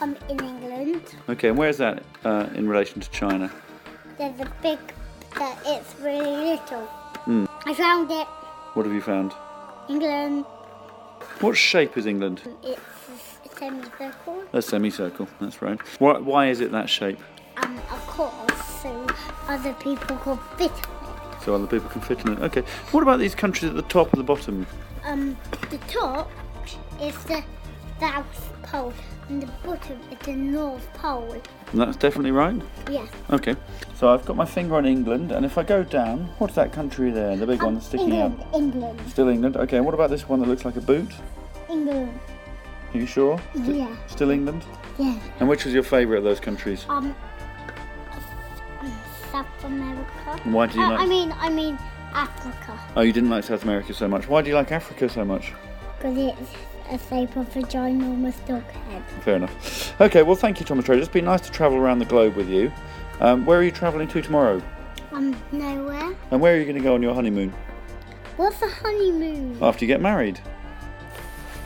Speaker 8: Um, in England,
Speaker 2: Okay, and where's that uh, in relation to China?
Speaker 8: there's a big that it's really little.
Speaker 2: Hmm.
Speaker 8: I found it.
Speaker 2: What have you found?
Speaker 8: England.
Speaker 2: What shape is England?
Speaker 8: It's a semicircle.
Speaker 2: A semicircle, that's right. Why, why is it that shape?
Speaker 8: Um, of course, so other people could fit on it.
Speaker 2: So other people can fit in it. Okay. What about these countries at the top and the bottom?
Speaker 8: Um, the top is the South Pole, and the bottom is the North Pole.
Speaker 2: And that's definitely right?
Speaker 8: Yes.
Speaker 2: Okay. So I've got my finger on England, and if I go down, what's that country there? The big one that's sticking out?
Speaker 8: Um, England, England,
Speaker 2: Still England. Okay, and what about this one that looks like a boot?
Speaker 8: England.
Speaker 2: Are you sure?
Speaker 8: Yeah,
Speaker 2: Still England?
Speaker 8: yeah.
Speaker 2: And which was your favourite of those countries?
Speaker 8: Um, South America.
Speaker 2: And why do you
Speaker 8: Uh,
Speaker 2: like-
Speaker 8: I mean, I mean Africa,
Speaker 2: Oh, you didn't like South America so much. Why do you like Africa so much?
Speaker 8: because it's a shape of a ginormous dog head.
Speaker 2: Fair enough. Okay, well, thank you, Thomas Trader. It's been nice to travel around the globe with you. Um, where are you travelling to tomorrow?
Speaker 8: Um, nowhere.
Speaker 2: And where are you going to go on your honeymoon
Speaker 8: What's a honeymoon
Speaker 2: after you get married?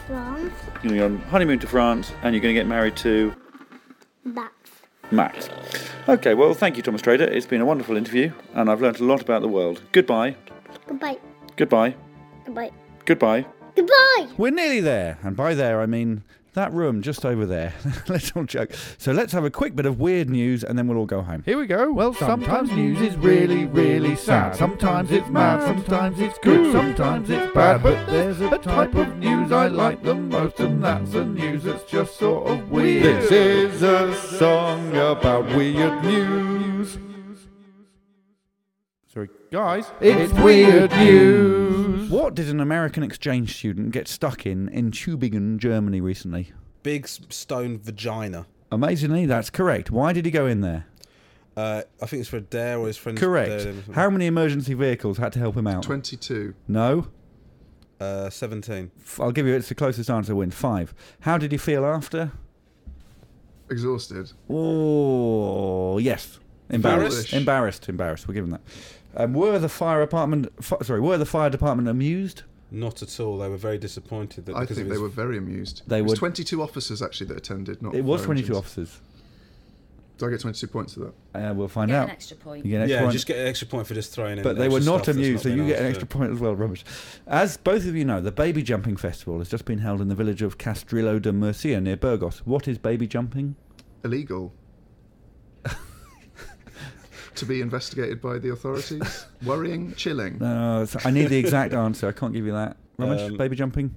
Speaker 8: from?
Speaker 2: You're going to go on honeymoon to France, and you're going to get married to
Speaker 8: That's
Speaker 2: Max. Okay, well, thank you, Thomas Trader. It's been a wonderful interview, and I've learnt a lot about the world. Goodbye.
Speaker 8: goodbye,
Speaker 2: Goodbye.
Speaker 8: goodbye,
Speaker 2: Goodbye.
Speaker 8: goodbye.
Speaker 2: We're nearly there, and by there I mean that room just over there. (laughs) let's all joke. So let's have a quick bit of weird news, and then we'll all go home.
Speaker 6: Here we go.
Speaker 1: Well, sometimes news is really, really sad. Sometimes it's mad, sometimes it's good, sometimes it's bad. But there's a type of news I like the most, and that's the news that's just sort of weird. This is a song about weird news.
Speaker 2: Sorry, guys.
Speaker 1: It's weird news.
Speaker 2: What did an American exchange student get stuck in in Tübingen, Germany recently?
Speaker 4: Big s- stone vagina.
Speaker 2: Amazingly, that's correct. Why did he go in there?
Speaker 4: Uh, I think it's for Dare or his friends.
Speaker 2: Correct.
Speaker 1: uh,
Speaker 4: Dare-
Speaker 2: How many emergency vehicles had to help him out?
Speaker 3: 22.
Speaker 2: No?
Speaker 4: Uh, 17.
Speaker 2: F- I'll give you it's the closest answer win. Five. How did he feel after?
Speaker 3: Exhausted.
Speaker 2: Oh, yes. Embarrassed.
Speaker 3: Foolish.
Speaker 2: Embarrassed. Embarrassed. We'll give him that. Um, were the fire department fi- sorry, were the fire department amused?
Speaker 4: Not at all. They were very disappointed that
Speaker 3: I
Speaker 4: because
Speaker 3: think
Speaker 4: of
Speaker 3: they
Speaker 4: his
Speaker 3: were very amused.
Speaker 2: They
Speaker 3: it was
Speaker 2: would-
Speaker 3: 22 officers actually that attended,
Speaker 4: Oh,
Speaker 3: not
Speaker 2: It was
Speaker 3: fire
Speaker 2: 22
Speaker 3: engines.
Speaker 2: officers.
Speaker 3: Do I get 22 points for that?
Speaker 2: Uh, we'll find
Speaker 5: Get
Speaker 2: out.
Speaker 5: an extra point.
Speaker 2: You get an extra
Speaker 4: Yeah,
Speaker 2: one.
Speaker 4: just get an extra point for just throwing in.
Speaker 2: But they were
Speaker 4: extra
Speaker 2: not
Speaker 4: stuff that's
Speaker 2: amused, so
Speaker 4: been
Speaker 2: you get an
Speaker 4: asked
Speaker 2: extra
Speaker 4: for.
Speaker 2: point as well, rubbish. As both of you know, the Baby Jumping Festival has just been held in the village of Castrillo de Murcia near Burgos. What is baby jumping?
Speaker 3: Illegal. to be investigated by the authorities.
Speaker 2: (laughs)
Speaker 3: Worrying, chilling.
Speaker 2: No, it's- Uh, I need the
Speaker 4: (laughs)
Speaker 2: exact answer. I can't give you that. Ramesh,
Speaker 4: Um,
Speaker 2: baby jumping?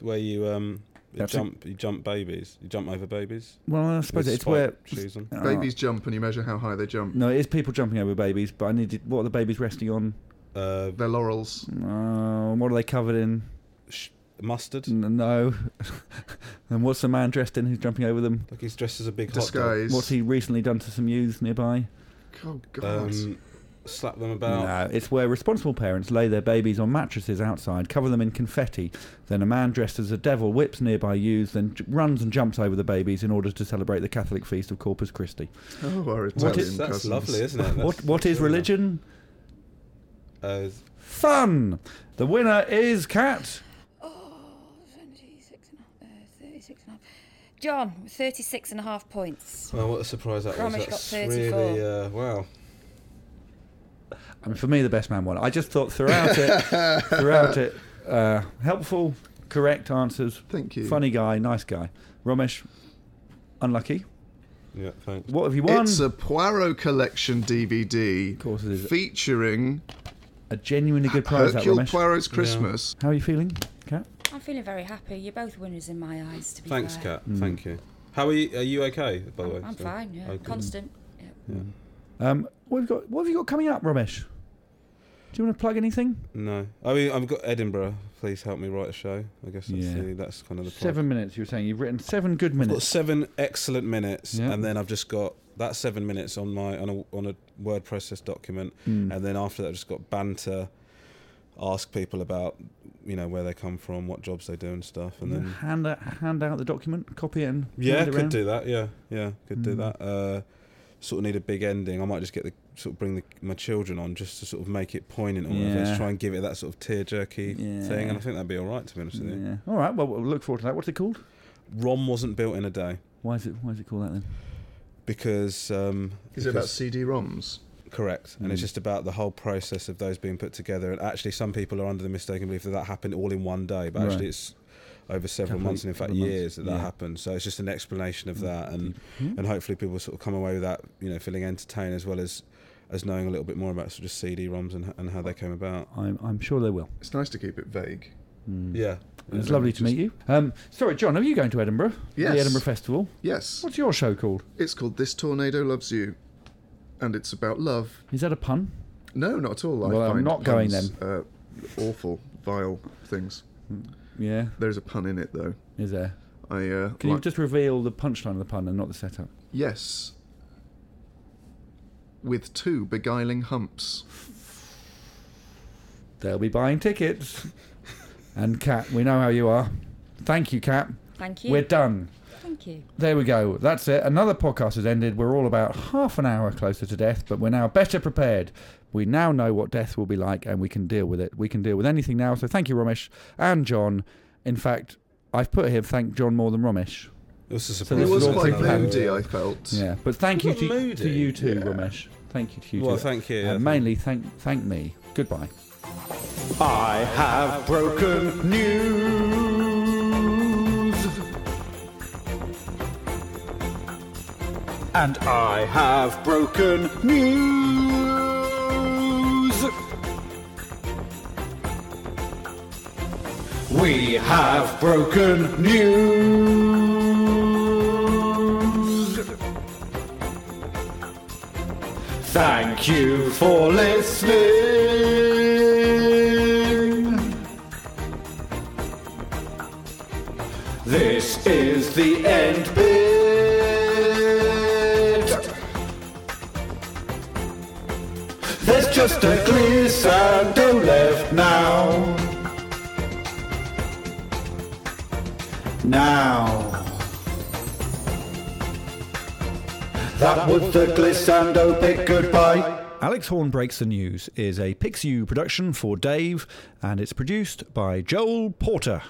Speaker 4: where you um you
Speaker 2: That's a-
Speaker 4: jump you jump babies you jump over babies.
Speaker 2: Well, I suppose
Speaker 4: with
Speaker 2: it's where.
Speaker 4: spiked shoes on.
Speaker 2: Oh,
Speaker 3: Babies jump and you measure how high they jump.
Speaker 2: No, it is people jumping over babies, but I needed. What are the babies resting on?
Speaker 4: Uh,
Speaker 3: Their laurels.
Speaker 2: Uh, what are they covered in?
Speaker 4: sh- mustard.
Speaker 2: N- No. (laughs) and what's the man dressed in who's jumping over them?
Speaker 4: Like he's dressed as a big
Speaker 3: Disguise.
Speaker 2: What's he recently done to some youths nearby?
Speaker 3: Oh,
Speaker 4: hot dog.
Speaker 3: God.
Speaker 4: Um, slap them about.
Speaker 2: No, it's where responsible parents lay their babies on mattresses outside, cover them in confetti. Then a man dressed as a devil whips nearby youths, then j- runs and jumps over the babies in order to celebrate the Catholic feast of Corpus Christi.
Speaker 3: Oh, our
Speaker 4: That's,
Speaker 3: Italian
Speaker 4: that's
Speaker 3: cousins.
Speaker 4: lovely,
Speaker 2: (laughs)
Speaker 4: isn't it? That's-
Speaker 2: what What is
Speaker 4: that's really nice.
Speaker 2: religion?
Speaker 4: Uh,
Speaker 2: Fun. The winner is Cat.
Speaker 5: Oh, 76 and a half, uh, 36 and a half. John, with 36 and a half points.
Speaker 4: well, what a surprise that
Speaker 5: Ramesh
Speaker 4: was.
Speaker 5: got
Speaker 4: That's
Speaker 5: 34.
Speaker 4: really uh, wow.
Speaker 2: I mean, for me, the best man won. I just thought throughout
Speaker 3: (laughs)
Speaker 2: it, throughout it, uh, helpful, correct answers.
Speaker 3: Thank you.
Speaker 2: Funny guy, nice guy. Romesh, unlucky.
Speaker 4: Yeah, thanks.
Speaker 2: What have you won?
Speaker 3: It's a Poirot collection DVD. Of
Speaker 2: course it is.
Speaker 3: Featuring
Speaker 2: A genuinely good prize, that
Speaker 3: Hercule
Speaker 2: Romesh.
Speaker 3: Poirot's Christmas.
Speaker 2: How are you feeling, Cat?
Speaker 5: I'm feeling very happy. You're both winners in my eyes, to be
Speaker 4: Thanks,
Speaker 5: fair.
Speaker 4: Kat.
Speaker 2: Mm.
Speaker 4: Thank you. How are you? Are you okay? By the way,
Speaker 5: I'm
Speaker 4: So-
Speaker 5: fine, yeah.
Speaker 4: Okay.
Speaker 5: Constant. Yeah.
Speaker 2: Um, what have you got? What have you got coming up, Romesh? Do you want to plug anything?
Speaker 4: No, I mean I've got Edinburgh. Please help me write a show. I guess that's
Speaker 2: Yeah.
Speaker 4: the, that's kind of the problem.
Speaker 2: Seven minutes. You were saying you've written seven good
Speaker 4: I've got
Speaker 2: minutes.
Speaker 4: seven excellent minutes,
Speaker 2: Yeah.
Speaker 4: and then I've just got that seven minutes on my on a, on a word process document,
Speaker 2: Mm.
Speaker 4: and then after that, I've just got banter, ask people about you know where they come from, what jobs they do, and stuff, and then
Speaker 2: Hand out, hand out the document, copy it, and
Speaker 4: yeah,
Speaker 2: hand it Mm.
Speaker 4: could
Speaker 2: round.
Speaker 4: do that. Yeah, yeah, could do that. Uh, sort of need a big ending. I might just get the sort of bring the, my children on just to sort of make it poignant or whatever.
Speaker 2: Yeah.
Speaker 4: Just try and give it that sort of tear jerky thing,
Speaker 2: Yeah.
Speaker 4: and I think that'd be all right to be honest with you.
Speaker 2: Yeah. All right. Well, we'll look forward to that. What's it called?
Speaker 4: Rom wasn't built in a day
Speaker 2: Why is it? Why is it called that then?
Speaker 4: because um,
Speaker 3: Is it about
Speaker 4: because-
Speaker 3: CD-ROMs?
Speaker 4: Correct. And it's
Speaker 2: Mm.
Speaker 4: just about the whole process of those being put together. And actually, some people are under the mistaken belief that that happened all in one day, but
Speaker 2: Right.
Speaker 4: actually, it's over several
Speaker 2: Couple-
Speaker 4: months and, in fact,
Speaker 2: couple months.
Speaker 4: years that that
Speaker 2: Yeah. Mm. Mm-hmm. Hmm?
Speaker 4: happened. So it's just an explanation of that. And, and hopefully, people sort of come away with that, you know, feeling entertained as well as. As knowing a little bit more about sort of CD ROMs and, and how they came about.
Speaker 2: I'm, I'm sure they will.
Speaker 3: It's nice to keep it vague.
Speaker 2: Mm.
Speaker 4: Yeah.
Speaker 2: It was lovely to meet you. Um, sorry, John. Are you going to Edinburgh?
Speaker 3: Yes.
Speaker 2: The Edinburgh Festival.
Speaker 3: Yes,
Speaker 2: What's your show called?
Speaker 3: it's called This Tornado Loves You, and it's about love.
Speaker 2: Is that a pun?
Speaker 3: No, not at all.
Speaker 2: Well,
Speaker 3: I
Speaker 2: I'm
Speaker 3: find
Speaker 2: not going
Speaker 3: puns, Uh, awful, vile things.
Speaker 2: Yeah.
Speaker 3: There's a pun in it though.
Speaker 2: Is there?
Speaker 3: I uh,
Speaker 2: Can you
Speaker 3: like-
Speaker 2: just reveal the punchline of the pun and not the setup?
Speaker 3: yes, with two beguiling humps.
Speaker 2: They'll be buying tickets. and Kat, we know how you are. Thank you, Kat.
Speaker 5: Thank you.
Speaker 2: We're done.
Speaker 5: Thank you.
Speaker 2: There we go. That's it. Another podcast has ended. We're all about half an hour closer to death, but we're now better prepared. We now know what death will be like and we can deal with it. We can deal with anything now. So thank you, Romesh and John. In fact, I've put here thank John more than Romesh.
Speaker 4: It was a
Speaker 2: It
Speaker 4: surprise.
Speaker 3: It was
Speaker 2: all
Speaker 3: quite
Speaker 2: taken out.
Speaker 3: moody. I felt.
Speaker 2: Yeah. But thank you
Speaker 4: You're
Speaker 2: to,
Speaker 4: not
Speaker 2: to
Speaker 4: moody.
Speaker 2: you too, Ramesh. Thank you to you
Speaker 4: Well,
Speaker 2: too.
Speaker 4: thank you, yeah,
Speaker 2: And
Speaker 4: thank-
Speaker 2: mainly thank thank me. Goodbye.
Speaker 1: I have broken news. And I have broken news. We have broken news. Thank you for listening. This is the end bit. There's just a glissando left now. Now. That was the glissando bit. Goodbye.
Speaker 2: Alex Horn Breaks the News is a Pixiu production for Dave, and it's produced by Joel Porter.